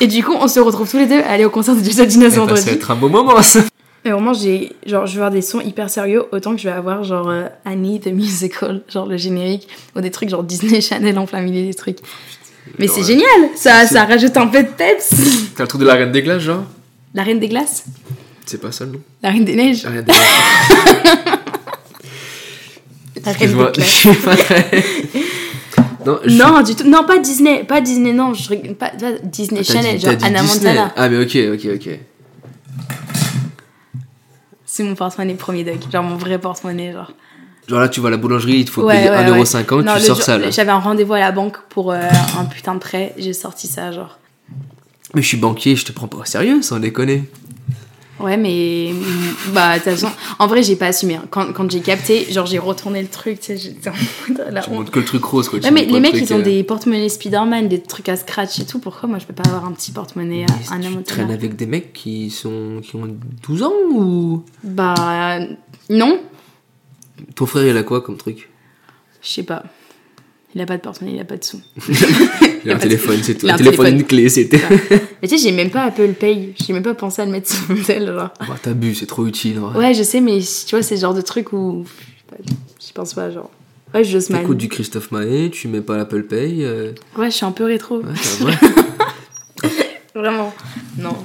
Speaker 2: et du coup, on se retrouve tous les deux à aller au concert de Jason Dina ce
Speaker 3: Eh ben, Ça va
Speaker 2: vendredi.
Speaker 3: être un beau moment, ça.
Speaker 2: Et au moins, j'ai, genre, je vais avoir des sons hyper sérieux, autant que je vais avoir, genre, euh, Annie the Musical, genre le générique, ou des trucs genre Disney Channel en plein milieu des trucs. Mais c'est
Speaker 3: Ouais.
Speaker 2: génial! Ça,
Speaker 3: C'est-
Speaker 2: ça rajoute un peu de peps!
Speaker 3: T'as le truc de la Reine des Glaces, genre
Speaker 2: La Reine des Glaces?
Speaker 3: C'est pas ça le nom
Speaker 2: La Reine des Neiges?
Speaker 3: La Reine des Glaces.
Speaker 2: La Reine des
Speaker 3: Excuse-moi.
Speaker 2: Glaces.
Speaker 3: non, je
Speaker 2: Non, du tout. Non, pas Disney. Pas Disney, non. Je... rigole- Pas, pas Disney
Speaker 3: Ah, T'as
Speaker 2: Channel,
Speaker 3: dit-
Speaker 2: genre
Speaker 3: t'as dit
Speaker 2: Anna
Speaker 3: Disney.
Speaker 2: Montana.
Speaker 3: Ah, mais ok, ok, ok.
Speaker 2: C'est mon porte-monnaie premier doc. Genre mon vrai porte-monnaie, genre.
Speaker 3: Genre là, tu vas à la boulangerie, il te faut
Speaker 2: Ouais,
Speaker 3: payer
Speaker 2: ouais,
Speaker 3: 1,50€,
Speaker 2: Non,
Speaker 3: tu
Speaker 2: le
Speaker 3: sors
Speaker 2: jour-
Speaker 3: ça là.
Speaker 2: J'avais un rendez-vous à la banque pour euh, un putain de prêt. J'ai sorti ça, genre.
Speaker 3: Mais je suis banquier, je te prends pas au sérieux, sans déconner.
Speaker 2: Ouais, mais. mm, Bah, de toute façon. En vrai, j'ai pas assumé. hein. Quand, quand j'ai capté, genre, j'ai retourné le truc, tu sais, j'étais en mode. la
Speaker 3: Tu
Speaker 2: honte.
Speaker 3: montres que le truc rose, quoi. tu
Speaker 2: Bah, Ouais, mais
Speaker 3: montres
Speaker 2: les
Speaker 3: pas le
Speaker 2: mecs,
Speaker 3: truc,
Speaker 2: ils ont
Speaker 3: euh,
Speaker 2: des porte-monnaies Spider-Man, des trucs à scratch et tout. Pourquoi moi, je peux pas avoir un petit porte-monnaie à un
Speaker 3: Tu
Speaker 2: homme
Speaker 3: traînes avec des mecs qui sont qui ont 12 ans ou
Speaker 2: Bah. Non,
Speaker 3: ton frère il a quoi comme truc
Speaker 2: je sais pas. Il a pas de porte-monnaie, il a pas de sous.
Speaker 3: Il a un
Speaker 2: pas de-
Speaker 3: téléphone, c'est tout.
Speaker 2: il a
Speaker 3: Un
Speaker 2: un
Speaker 3: téléphone,
Speaker 2: téléphone.
Speaker 3: une clé, c'était.
Speaker 2: Mais tu sais, j'ai même pas Apple Pay. J'ai même pas pensé à le mettre sur mon tel, genre.
Speaker 3: Bah, T'abuses, c'est trop utile. en vrai.
Speaker 2: Ouais, je sais, mais tu vois, c'est le genre de truc où. je sais pas, J'y pense pas, genre. Ouais, j'ose mal.
Speaker 3: T'écoutes du Christophe Maé, tu mets pas l'Apple Pay. euh,
Speaker 2: Ouais, je suis un peu rétro.
Speaker 3: Ouais, c'est vrai.
Speaker 2: Vraiment. Non.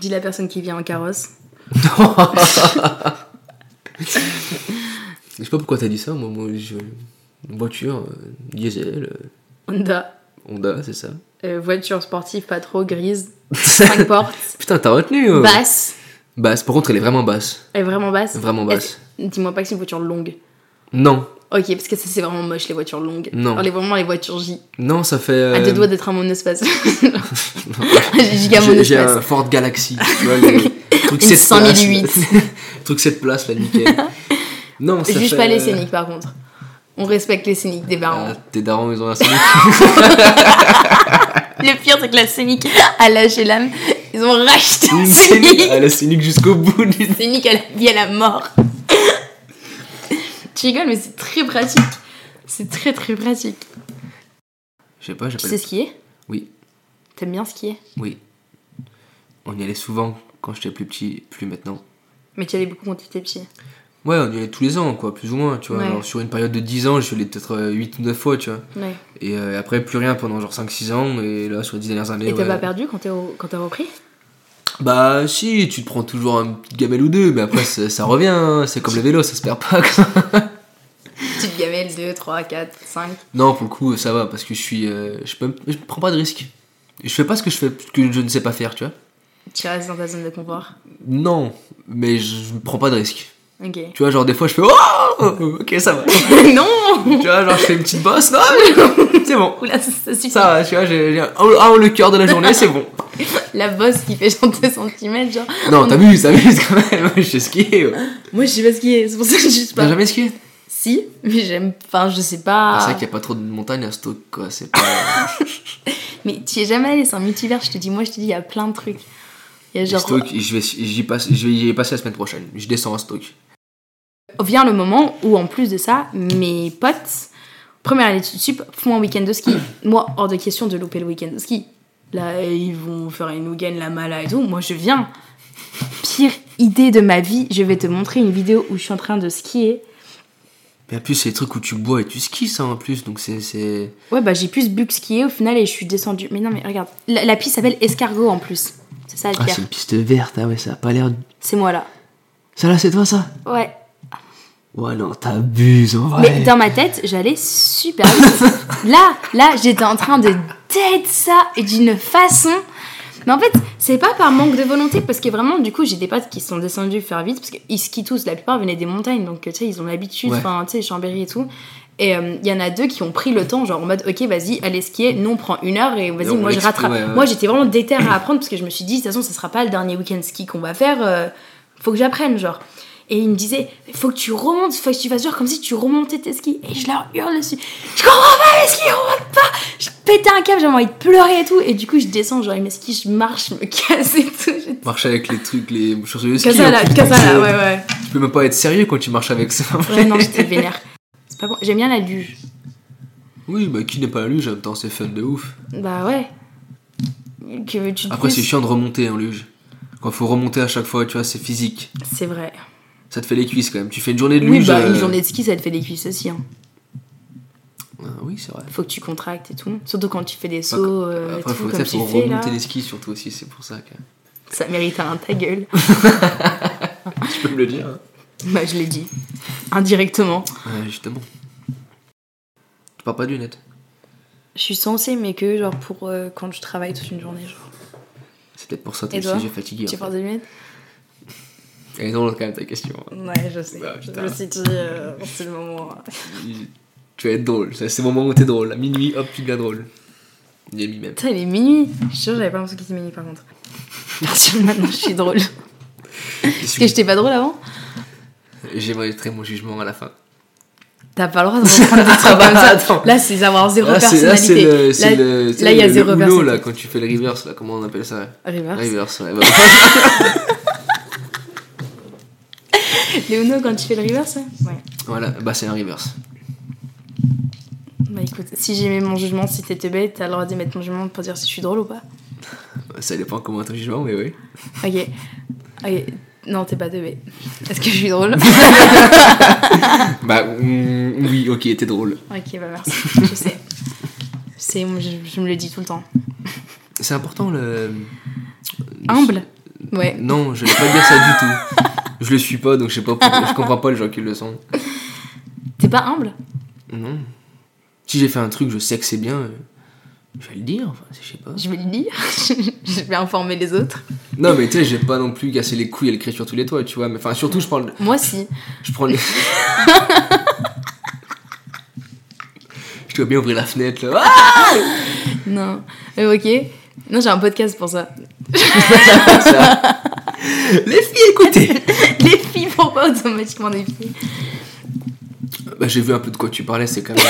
Speaker 2: Dis la personne qui vient en carrosse.
Speaker 3: Je sais pas pourquoi t'as dit ça, moi, moi je... voiture, euh, diesel, euh,
Speaker 2: Honda.
Speaker 3: Honda, c'est ça.
Speaker 2: Euh, voiture sportive pas trop grise. 5 portes.
Speaker 3: Putain, t'as retenu euh.
Speaker 2: Basse.
Speaker 3: Basse, par contre, elle est vraiment basse.
Speaker 2: Elle est vraiment basse.
Speaker 3: Vraiment basse.
Speaker 2: Est-ce- Dis-moi pas que c'est une voiture longue.
Speaker 3: Non,
Speaker 2: Ok, parce que ça c'est vraiment moche les voitures longues.
Speaker 3: Non.
Speaker 2: Alors, les, vraiment les voitures J.
Speaker 3: non, ça fait.
Speaker 2: À
Speaker 3: euh,
Speaker 2: deux doigts d'être un monospace. J'ai giga
Speaker 3: J'ai j'ai
Speaker 2: monospace.
Speaker 3: un Ford Galaxy, tu vois, le truc
Speaker 2: Une
Speaker 3: 7 places.
Speaker 2: 5008.
Speaker 3: Le truc 7 places, là, nickel. Non, ça
Speaker 2: Je juge
Speaker 3: fait,
Speaker 2: pas les
Speaker 3: euh,
Speaker 2: scéniques par contre. On respecte les scéniques des parents.
Speaker 3: ah, Tes darons, ils ont un scénic. Euh.
Speaker 2: Le pire, c'est que la Scénic a lâché l'âme. Ils ont racheté
Speaker 3: Une
Speaker 2: la
Speaker 3: scénic.
Speaker 2: Scénic.
Speaker 3: Ah, la scénic jusqu'au bout. du-
Speaker 2: Scénic à la vie, à la mort. tu rigoles, mais c'est très pratique. C'est très très pratique.
Speaker 3: Je sais pas,
Speaker 2: Tu
Speaker 3: j'appelle.
Speaker 2: sais skier
Speaker 3: Oui,
Speaker 2: T'aimes bien skier
Speaker 3: oui. On y allait souvent quand j'étais plus petit, plus maintenant.
Speaker 2: Mais tu allais beaucoup quand tu étais petit.
Speaker 3: Ouais, on y allait tous les ans, quoi, plus ou moins, tu vois.
Speaker 2: Ouais.
Speaker 3: Alors, sur une période de 10 ans, je suis allé peut-être 8 ou 9 fois, tu vois.
Speaker 2: Ouais.
Speaker 3: Et euh, après, plus rien pendant genre 5-6 ans, et là, sur les 10 dernières années.
Speaker 2: Et t'as
Speaker 3: ouais.
Speaker 2: pas perdu quand t'es au- quand t'as repris
Speaker 3: Bah, si, tu te prends toujours un petit gamelle ou deux, mais après, ça, ça revient, hein. c'est comme le vélo, ça se perd pas, quoi.
Speaker 2: Petite gamelle, 2, 3, 4, 5.
Speaker 3: Non, pour le coup, ça va parce que je suis. euh, je, peux- je prends pas de risques. Je fais pas ce que je, fais, que je ne sais pas faire, tu vois.
Speaker 2: Tu restes dans ta zone de confort.
Speaker 3: Non, mais je prends pas de risques.
Speaker 2: Ok.
Speaker 3: Tu vois, genre des fois, je fais. Oh ok, ça va. tu
Speaker 2: non
Speaker 3: vois, genre, je fais une petite bosse. Non, mais- c'est bon.
Speaker 2: Oula, ça, ça suffit.
Speaker 3: Ça va, tu vois, j'ai j'ai un un haut le cœur de la journée, c'est bon.
Speaker 2: La bosse qui fait genre 2 cm, genre.
Speaker 3: Non, t'amuses, t'amuses quand même. Je sais skier. ouais.
Speaker 2: Moi, je sais pas skier, c'est pour ça que je suis
Speaker 3: T'as
Speaker 2: pas.
Speaker 3: jamais skié
Speaker 2: Si, mais j'aime. Enfin, je sais pas.
Speaker 3: C'est vrai qu'il y a pas trop de montagnes à Stoke, quoi. C'est pas.
Speaker 2: Mais tu y es jamais allé, c'est un multivers, je te dis, moi je te dis, il y a plein de trucs. Il y a genre,
Speaker 3: Stoke, je vais, j'y passe, je vais y passer la semaine prochaine. Je descends à Stoke.
Speaker 2: vient le moment où en plus de ça, mes potes, première année de sup, font un week-end de ski. moi, hors de question de louper le week-end de ski. Là, ils vont faire une week-end, la mala et tout, moi je viens. Pire idée de ma vie, je vais te montrer une vidéo où je suis en train de skier.
Speaker 3: Mais en plus, c'est des trucs où tu bois et tu skis, ça en plus, donc c'est- c'est.
Speaker 2: Ouais, bah j'ai plus bu que skier au final et je suis descendue. Mais non, mais regarde, la, la piste s'appelle Escargot en plus. C'est ça, le
Speaker 3: Ah,
Speaker 2: pire.
Speaker 3: hein, c'est une piste verte, ah ouais, ça a pas l'air.
Speaker 2: c'est moi là.
Speaker 3: Ça là, c'est toi ça
Speaker 2: Ouais.
Speaker 3: Ouais, non, t'abuses, en vrai.
Speaker 2: Mais dans ma tête, j'allais super vite. là, là, j'étais en train de tête ça et d'une façon. Mais en fait, c'est pas par manque de volonté, parce que vraiment, du coup, j'ai des potes qui sont descendus faire vite, parce qu'ils skient tous, la plupart venaient des montagnes, donc tu sais, ils ont l'habitude,
Speaker 3: Ouais.
Speaker 2: enfin, tu sais, Chambéry et tout. Et euh, il y en a deux qui ont pris le temps, genre en mode, ok, vas-y, allez skier, nous on prend une heure et vas-y,
Speaker 3: on
Speaker 2: moi je
Speaker 3: l'explique,
Speaker 2: rattrape.
Speaker 3: ouais, ouais.
Speaker 2: Moi j'étais vraiment déter à apprendre, parce que je me suis dit, de toute façon, ça sera pas le dernier week-end ski qu'on va faire, euh, faut que j'apprenne, genre. Et il me disait, faut que tu remontes, faut que tu fasses genre comme si tu remontais tes skis. Et je leur hurle dessus. Je comprends pas les skis, on remonte pas Je pétais un câble, j'avais envie de pleurer et tout. Et du coup, je descends, genre avec mes skis, je marche, je me casse et tout. J'étais-
Speaker 3: Marcher avec les trucs, les chaussures de ski.
Speaker 2: Casse à la,
Speaker 3: en plus,
Speaker 2: casse à la,
Speaker 3: euh,
Speaker 2: ouais, ouais.
Speaker 3: Tu peux même pas être sérieux quand tu marches avec ça.
Speaker 2: Ouais, non, j'étais vénère. C'est pas bon, j'aime bien la luge.
Speaker 3: Oui, bah qui n'est pas la luge, en même temps, c'est fun de ouf.
Speaker 2: Bah ouais. Que veux-tu de
Speaker 3: Après,
Speaker 2: plus
Speaker 3: c'est chiant de remonter en luge. Quand faut remonter à chaque fois, tu vois, c'est physique.
Speaker 2: C'est vrai.
Speaker 3: Ça te fait les cuisses quand même. Tu fais une journée de
Speaker 2: Oui,
Speaker 3: luge.
Speaker 2: bah, une
Speaker 3: euh,
Speaker 2: journée de ski, ça te fait des cuisses aussi. Hein.
Speaker 3: ah, oui, c'est vrai.
Speaker 2: Faut que tu contractes et tout. Surtout quand tu fais des sauts, euh, et
Speaker 3: Après,
Speaker 2: tout,
Speaker 3: faut,
Speaker 2: comme
Speaker 3: peut-être
Speaker 2: j'ai
Speaker 3: faut
Speaker 2: fait là.
Speaker 3: remonter les skis surtout aussi, c'est pour ça que
Speaker 2: Ça mérite un ta gueule.
Speaker 3: tu peux me le dire. hein.
Speaker 2: bah, je l'ai dit. Indirectement.
Speaker 3: Ouais, justement. Tu parles pas de lunettes.
Speaker 4: Je suis censée, mais que genre pour euh, quand je travaille toute une journée, genre.
Speaker 3: C'est peut-être pour ça que
Speaker 4: Et
Speaker 3: t'es
Speaker 4: toi
Speaker 3: aussi fatigué.
Speaker 4: Tu
Speaker 3: en
Speaker 4: portes
Speaker 3: fait.
Speaker 4: des lunettes
Speaker 3: Elle est drôle quand même ta question.
Speaker 4: Ouais, je sais.
Speaker 3: Bah,
Speaker 4: je
Speaker 3: putain.
Speaker 4: me suis dit, euh, c'est le moment.
Speaker 3: Tu vas être drôle. C'est c'est le moment où t'es drôle. À minuit, hop, tu deviens drôle. Il est mis même.
Speaker 2: Putain, il est minuit. Je suis sûre, j'avais pas l'impression qu'il était minuit par contre. Parce que maintenant, je suis drôle. Parce que j'étais pas drôle avant.
Speaker 3: J'aimerais mon jugement à la fin.
Speaker 2: T'as pas le droit de reprendre des trucs comme ça.
Speaker 3: Attends.
Speaker 2: Là, c'est avoir zéro
Speaker 3: Là, Ah, c'est là, c'est
Speaker 2: personnalité.
Speaker 3: le, c'est le, c'est
Speaker 2: là, il y a
Speaker 3: le-
Speaker 2: zéro
Speaker 3: le boulot,
Speaker 2: personne.
Speaker 3: là, quand tu fais le reverse, là, comment on appelle ça
Speaker 2: Reverse.
Speaker 3: Reverse, ouais. bah,
Speaker 2: Léono, quand tu fais le reverse hein Ouais.
Speaker 3: voilà, bah c'est un reverse.
Speaker 2: Bah écoute, si j'aimais mon jugement, si t'étais bête, t'as le droit d'émettre mon jugement pour dire si je suis drôle ou pas.
Speaker 3: Ça dépend comment ton jugement, mais oui.
Speaker 2: Ok. Ok. Non, t'es pas de bête. Est-ce que je suis drôle
Speaker 3: Bah mm, oui, ok, t'es drôle.
Speaker 2: Ok, bah merci. Je sais. C'est, je, je me le dis tout le temps.
Speaker 3: C'est important le.
Speaker 2: Humble Ouais.
Speaker 3: Non, je vais pas dire ça du tout. Je le suis pas, donc je sais pas. pourquoi- je comprends pas les gens qui le sont.
Speaker 2: T'es pas humble
Speaker 3: Non. Si j'ai fait un truc, je sais que c'est bien. euh, Je vais le dire, enfin, je sais pas.
Speaker 2: Je vais le dire. je vais informer les autres.
Speaker 3: Non, mais tu sais, j'ai pas non plus cassé les couilles et le crier sur tous les toits, tu vois. Mais enfin, surtout, je parle.
Speaker 2: Moi, si.
Speaker 3: Je prends le. je dois bien ouvrir la fenêtre, là. Ah
Speaker 2: Non. Euh, ok. Non, j'ai un podcast pour ça.
Speaker 3: Ça. Les filles, écoutez
Speaker 2: Les filles font pas automatiquement des filles.
Speaker 3: Bah, j'ai vu un peu de quoi tu parlais, c'est quand même.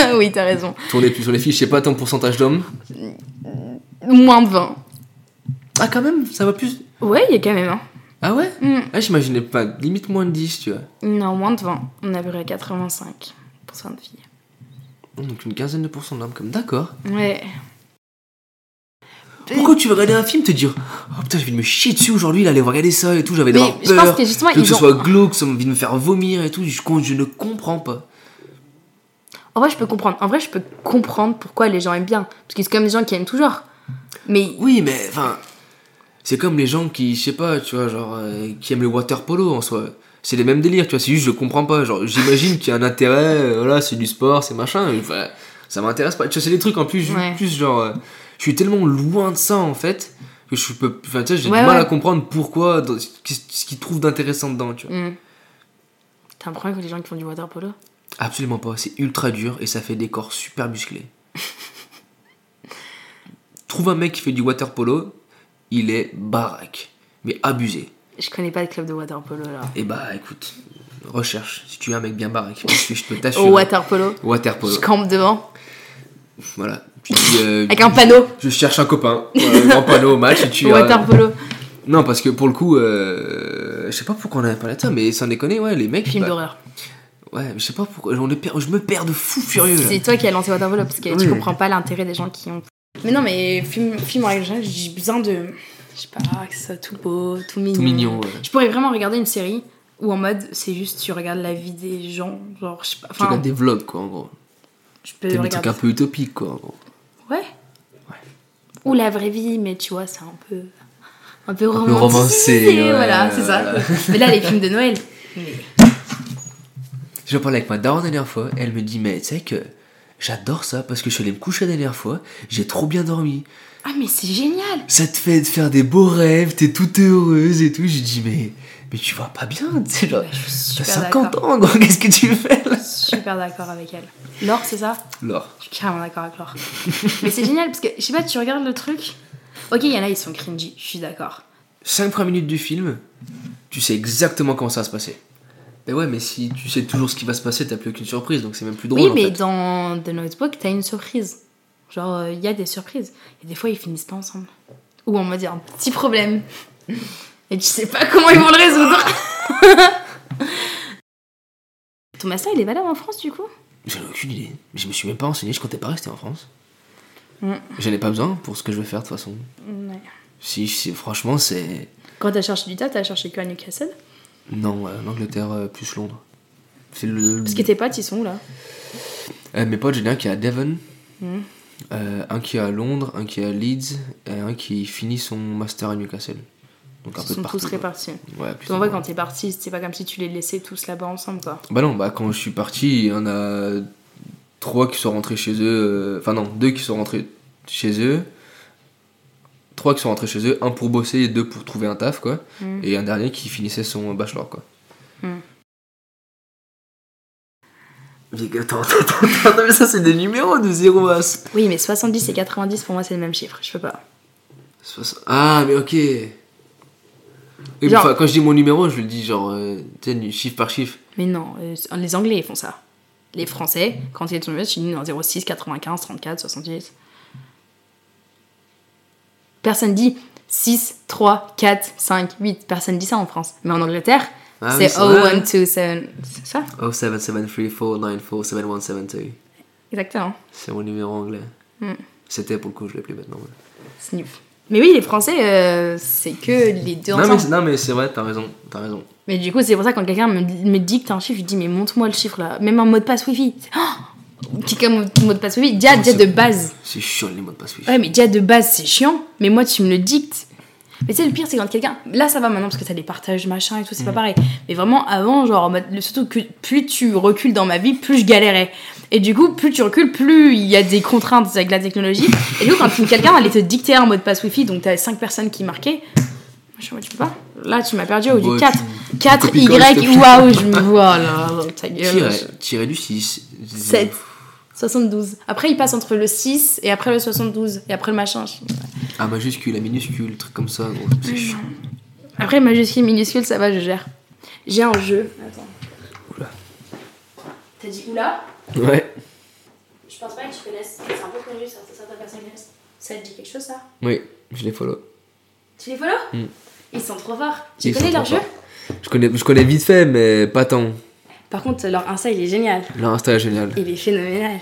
Speaker 3: euh,
Speaker 2: oui, t'as raison.
Speaker 3: Tourner plus sur les filles, je sais pas ton pourcentage d'hommes.
Speaker 2: Moins de 20.
Speaker 3: Ah, quand même, ça va plus.
Speaker 2: Ouais, il y a quand même un.
Speaker 3: Ah ouais
Speaker 2: Hmm.
Speaker 3: Ah, j'imaginais pas. Limite moins de 10, tu vois.
Speaker 2: Non, moins de 20. On a à peu près 85 de filles.
Speaker 3: Donc une quinzaine de pourcents d'hommes, comme d'accord.
Speaker 2: Ouais.
Speaker 3: Pourquoi tu veux regarder un film te dire Oh putain, j'ai envie de me chier dessus aujourd'hui, là, aller regarder ça et tout, j'avais
Speaker 2: Mais
Speaker 3: d'avoir
Speaker 2: je pense
Speaker 3: peur.
Speaker 2: que justement,
Speaker 3: euh, que
Speaker 2: ils
Speaker 3: ce
Speaker 2: ont...
Speaker 3: soit glauque, ça m'a envie de me faire vomir et tout, je, con- je ne comprends pas.
Speaker 2: En vrai, je peux comprendre. En vrai, je peux comprendre pourquoi les gens aiment bien. Parce que c'est comme des gens qui aiment tout genre. Mais
Speaker 3: Oui, mais enfin, c'est comme les gens qui, je sais pas, tu vois, genre, euh, qui aiment le water polo en soi. C'est les mêmes délires, tu vois, c'est juste, je comprends pas. Genre, j'imagine qu'il y a un intérêt, euh, voilà, c'est du sport, c'est machin, et, enfin, ça m'intéresse pas. Tu vois, c'est des trucs en plus, ju-
Speaker 2: Ouais.
Speaker 3: plus genre, euh, je suis tellement loin de ça en fait, que je peux, enfin, tu sais, j'ai
Speaker 2: Ouais,
Speaker 3: du mal
Speaker 2: ouais.
Speaker 3: à comprendre pourquoi, dans- ce qu'ils- ce qu'ils trouvent d'intéressant dedans, tu vois.
Speaker 2: Hmm. T'as un problème avec les gens qui font du water polo
Speaker 3: Absolument pas, c'est ultra dur et ça fait des corps super musclés. Trouve un mec qui fait du water polo, il est baraque, mais abusé.
Speaker 2: Je connais pas de club de water polo là.
Speaker 3: Et bah écoute, recherche si tu es un mec bien baraque, parce que je peux t'assurer.
Speaker 2: Au water polo,
Speaker 3: Water polo,
Speaker 2: je campe devant
Speaker 3: voilà. Tu dis, euh,
Speaker 2: avec un panneau.
Speaker 3: Je cherche un copain, Voilà, grand panneau au match et tu.
Speaker 2: Au
Speaker 3: euh,
Speaker 2: water polo,
Speaker 3: Non, parce que pour le coup, euh, je sais pas pourquoi on en a parlé de ça, mais sans déconner, ouais, les mecs.
Speaker 2: film
Speaker 3: bah,
Speaker 2: d'horreur.
Speaker 3: ouais, je sais pas pourquoi, on est per- je me perds de fou furieux là.
Speaker 2: C'est toi qui as lancé water polo parce que
Speaker 3: Oui.
Speaker 2: tu comprends pas l'intérêt des gens qui ont.
Speaker 4: Mais non, mais film, film en règle générale, j'ai besoin de. Je sais pas, que ce soit tout beau, tout mignon.
Speaker 3: Tout mignon, ouais.
Speaker 2: Je pourrais vraiment regarder une série où en mode c'est juste tu regardes la vie des gens, genre je sais pas.
Speaker 3: Tu regardes
Speaker 2: Enfin,
Speaker 3: des vlogs quoi en gros.
Speaker 2: je
Speaker 3: T'es
Speaker 2: peux
Speaker 3: des trucs
Speaker 2: regarder.
Speaker 3: un peu utopiques quoi en gros.
Speaker 2: Ouais. Ou la vraie vie, mais tu vois, c'est un peu. Un peu
Speaker 3: peu
Speaker 2: romancé.
Speaker 3: romancé, ouais,
Speaker 2: voilà, c'est ça.
Speaker 3: voilà.
Speaker 2: Mais là, les films de Noël. Mais
Speaker 3: J'en parlais avec ma daronne la dernière fois, elle me dit, mais tu sais que j'adore ça parce que je suis allée me coucher la dernière fois, j'ai trop bien dormi.
Speaker 2: Ah, mais c'est génial
Speaker 3: Ça te fait faire des beaux rêves, t'es toute heureuse et tout. J'ai dit, mais, mais tu vas pas bien, tu sais, genre,
Speaker 2: Ouais, Je suis
Speaker 3: Euh, t'as
Speaker 2: super
Speaker 3: 50
Speaker 2: d'accord.
Speaker 3: ans, gros, qu'est-ce que tu fais là
Speaker 2: Super d'accord avec elle. Laure, c'est ça
Speaker 3: Laure.
Speaker 2: Je suis carrément d'accord avec Laure. mais c'est génial parce que, je sais pas, tu regardes le truc. Ok, il y en a, ils sont cringy, je suis d'accord.
Speaker 3: 5 premières minutes du film, tu sais exactement comment ça va se passer. Mais ouais, mais si tu sais toujours ce qui va se passer, t'as plus aucune surprise, donc c'est même plus drôle.
Speaker 2: Oui,
Speaker 3: en
Speaker 2: mais
Speaker 3: fait.
Speaker 2: dans The Notebook, t'as une surprise. Genre, euh, il y a des surprises. Et des fois, ils finissent pas ensemble. Ou on va dire un petit problème. Et tu sais pas comment ils vont le résoudre. Ton master, il est valable en France, du coup
Speaker 3: J'en ai aucune idée. Je me suis même pas renseigné, je comptais pas rester en France.
Speaker 2: Mm.
Speaker 3: J'en ai pas besoin pour ce que je veux faire de toute façon. Si, si franchement, c'est.
Speaker 2: Quand t'as cherché du tas, t'as cherché que à Newcastle
Speaker 3: Non, euh, l'Angleterre euh, plus Londres. C'est le.
Speaker 2: Parce que tes potes, ils sont où, là
Speaker 3: Euh, mes potes, j'en ai un qui est à Devon,
Speaker 2: Mm.
Speaker 3: euh, un qui est à Londres, un qui est à Leeds, et un qui finit son master à Newcastle. Donc un
Speaker 2: Ils
Speaker 3: peu
Speaker 2: sont
Speaker 3: partout.
Speaker 2: tous
Speaker 3: quoi.
Speaker 2: répartis.
Speaker 3: Ouais, plus
Speaker 2: Donc, en
Speaker 3: ou
Speaker 2: vrai,
Speaker 3: moins.
Speaker 2: quand t'es parti, c'est pas comme si tu les laissais tous là-bas ensemble, quoi.
Speaker 3: Bah non, bah quand je suis parti, il y en a trois qui sont rentrés chez eux. euh, Enfin non, deux qui sont rentrés chez eux. Trois qui sont rentrés chez eux, un pour bosser et deux pour trouver un taf, quoi.
Speaker 2: Mm.
Speaker 3: Et un dernier qui finissait son bachelor, quoi.
Speaker 2: Mm.
Speaker 3: Hmm. Mais Attends, attends, attends, attends, mais ça c'est des numéros de 0 à
Speaker 2: Oui, mais 70 et 90, pour moi, c'est le même chiffre. Je peux pas.
Speaker 3: Soix- Ah, mais ok. Oui, mais
Speaker 2: Genre-
Speaker 3: enfin, quand je dis mon numéro, je le dis genre, euh, tu sais, nu- chiffre par chiffre.
Speaker 2: Mais non, euh, les Anglais ils font ça. Les Français, quand ils est tombé, ils disent non, 06, 95, 34, 78. Personne dit 6, 3, 4, 5, 8. Personne dit ça en France. Mais en Angleterre,
Speaker 3: Ah oui,
Speaker 2: c'est oh,
Speaker 3: c'est
Speaker 2: 0,
Speaker 3: vrai. Oh,
Speaker 2: 1, 2, 7. C'est ça
Speaker 3: 07734947172.
Speaker 2: Exactement.
Speaker 3: C'est mon numéro anglais.
Speaker 2: Hmm.
Speaker 3: C'était pour le coup, je l'appelais maintenant. ouais.
Speaker 2: Sniff. Mais oui, les Français, euh, c'est que les deux
Speaker 3: Non, mais,
Speaker 2: ensemble.
Speaker 3: c'est- non, mais c'est vrai, t'as raison, t'as raison.
Speaker 2: Mais, du coup, c'est pour ça quand quelqu'un me, me dicte un chiffre, je dis mais montre-moi le chiffre là. Même un mot de passe wifi. C'est- Oh Qui comme mot de passe wifi Déjà, déjà de base.
Speaker 3: C'est chiant les mots de passe oui.
Speaker 2: Ouais, mais déjà de base, c'est chiant, mais moi, tu me le dictes. Mais tu sais, le pire, c'est quand quelqu'un. Là, ça va maintenant parce que t'as les partages, machin et tout, c'est pas pareil. Mais vraiment, avant, genre, en mode- le- surtout que plus tu recules dans ma vie, plus je galérais. Et du coup, plus tu recules, plus il y a des contraintes avec la technologie. Et du coup, quand quelqu'un allait te dicter un mot de passe wifi, donc t'as 5 personnes qui marquaient. Moi, je suis en mode, tu peux pas. Là, tu m'as perdu au
Speaker 3: Bon,
Speaker 2: du 4.
Speaker 3: tu-
Speaker 2: 4,
Speaker 3: copie-colle, s'il te
Speaker 2: Y,
Speaker 3: plaît.
Speaker 2: waouh, je me vois là, ta gueule.
Speaker 3: Tirer, tirer du 6.
Speaker 2: Sept. 72. Après, il passe entre le 6 et après le 72 et après le machin. Je-
Speaker 3: À Ah, majuscule, à minuscule, truc comme ça. gros,
Speaker 2: Mmh.
Speaker 3: C'est chiant.
Speaker 2: Après, majuscule, minuscule, ça va, je gère. J'ai un jeu. Attends.
Speaker 3: Oula.
Speaker 2: T'as dit oula
Speaker 3: Ouais.
Speaker 2: Je pense pas que tu connaisses. C'est un peu connu, certaines personnes connaissent. Ça te dit quelque chose, ça
Speaker 3: Oui, je les follow.
Speaker 2: Tu les follow
Speaker 3: Hmm.
Speaker 2: Ils sont trop forts. Tu
Speaker 3: Ils
Speaker 2: connais
Speaker 3: sont
Speaker 2: leur
Speaker 3: trop
Speaker 2: jeu
Speaker 3: Je connais, je connais vite fait, mais pas tant.
Speaker 2: Par contre, leur Insta, il est génial.
Speaker 3: Leur Insta est génial.
Speaker 2: Il est phénoménal.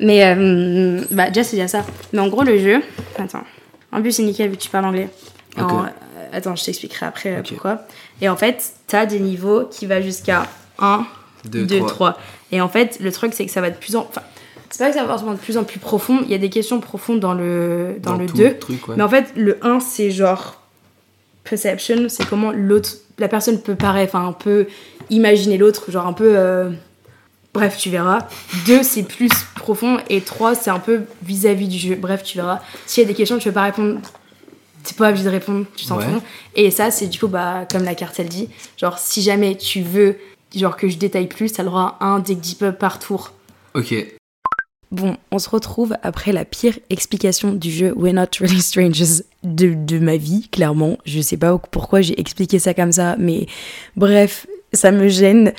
Speaker 2: Mais, euh, bah, déjà, c'est déjà ça. Mais en gros, le jeu. Attends. En plus, c'est nickel vu que tu parles anglais.
Speaker 3: Ok.
Speaker 2: En- euh, Attends, je t'expliquerai après euh,
Speaker 3: Ok.
Speaker 2: pourquoi. Et en fait, t'as des niveaux qui va jusqu'à 1,
Speaker 3: 2,
Speaker 2: 2,
Speaker 3: 3.
Speaker 2: 3. Et en fait, le truc, c'est que ça va de plus en... Enfin, c'est pas que ça va forcément de plus en plus profond. Il y a des questions profondes dans le, dans le 2.
Speaker 3: Truc, ouais.
Speaker 2: Mais en fait, le 1, c'est genre... Perception, c'est comment l'autre... La personne peut paraître... Enfin, peut imaginer l'autre, genre un peu... euh, Bref, tu verras. 2, c'est plus profond. Et 3, c'est un peu vis-à-vis du jeu. Bref, tu verras. S'il y a des questions, tu veux pas répondre... T'es pas obligé de répondre, tu t'en
Speaker 3: Ouais.
Speaker 2: fous. Et ça, c'est du coup, bah, comme la carte, elle dit, genre, si jamais tu veux genre que je détaille plus, t'as le droit à un deck deep up par tour.
Speaker 3: Ok,
Speaker 5: Bon, on se retrouve après la pire explication du jeu We're Not Really Strangers de, de ma vie, clairement. Je sais pas pourquoi j'ai expliqué ça comme ça, mais bref, ça me gêne.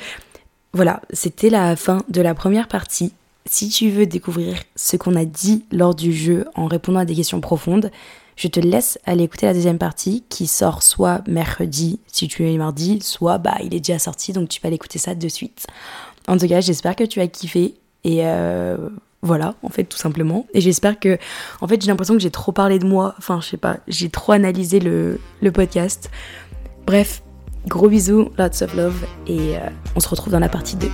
Speaker 5: Voilà, c'était la fin de la première partie. Si tu veux découvrir ce qu'on a dit lors du jeu en répondant à des questions profondes, je te laisse aller écouter la deuxième partie qui sort soit mercredi si tu es mardi, soit bah il est déjà sorti donc tu peux aller écouter ça de suite. En tout cas, j'espère que tu as kiffé et euh, voilà, en fait, tout simplement. Et j'espère que. En fait, j'ai l'impression que j'ai trop parlé de moi. Enfin, je sais pas, j'ai trop analysé le, le podcast. Bref, gros bisous, lots of love, et euh, on se retrouve dans la partie 2.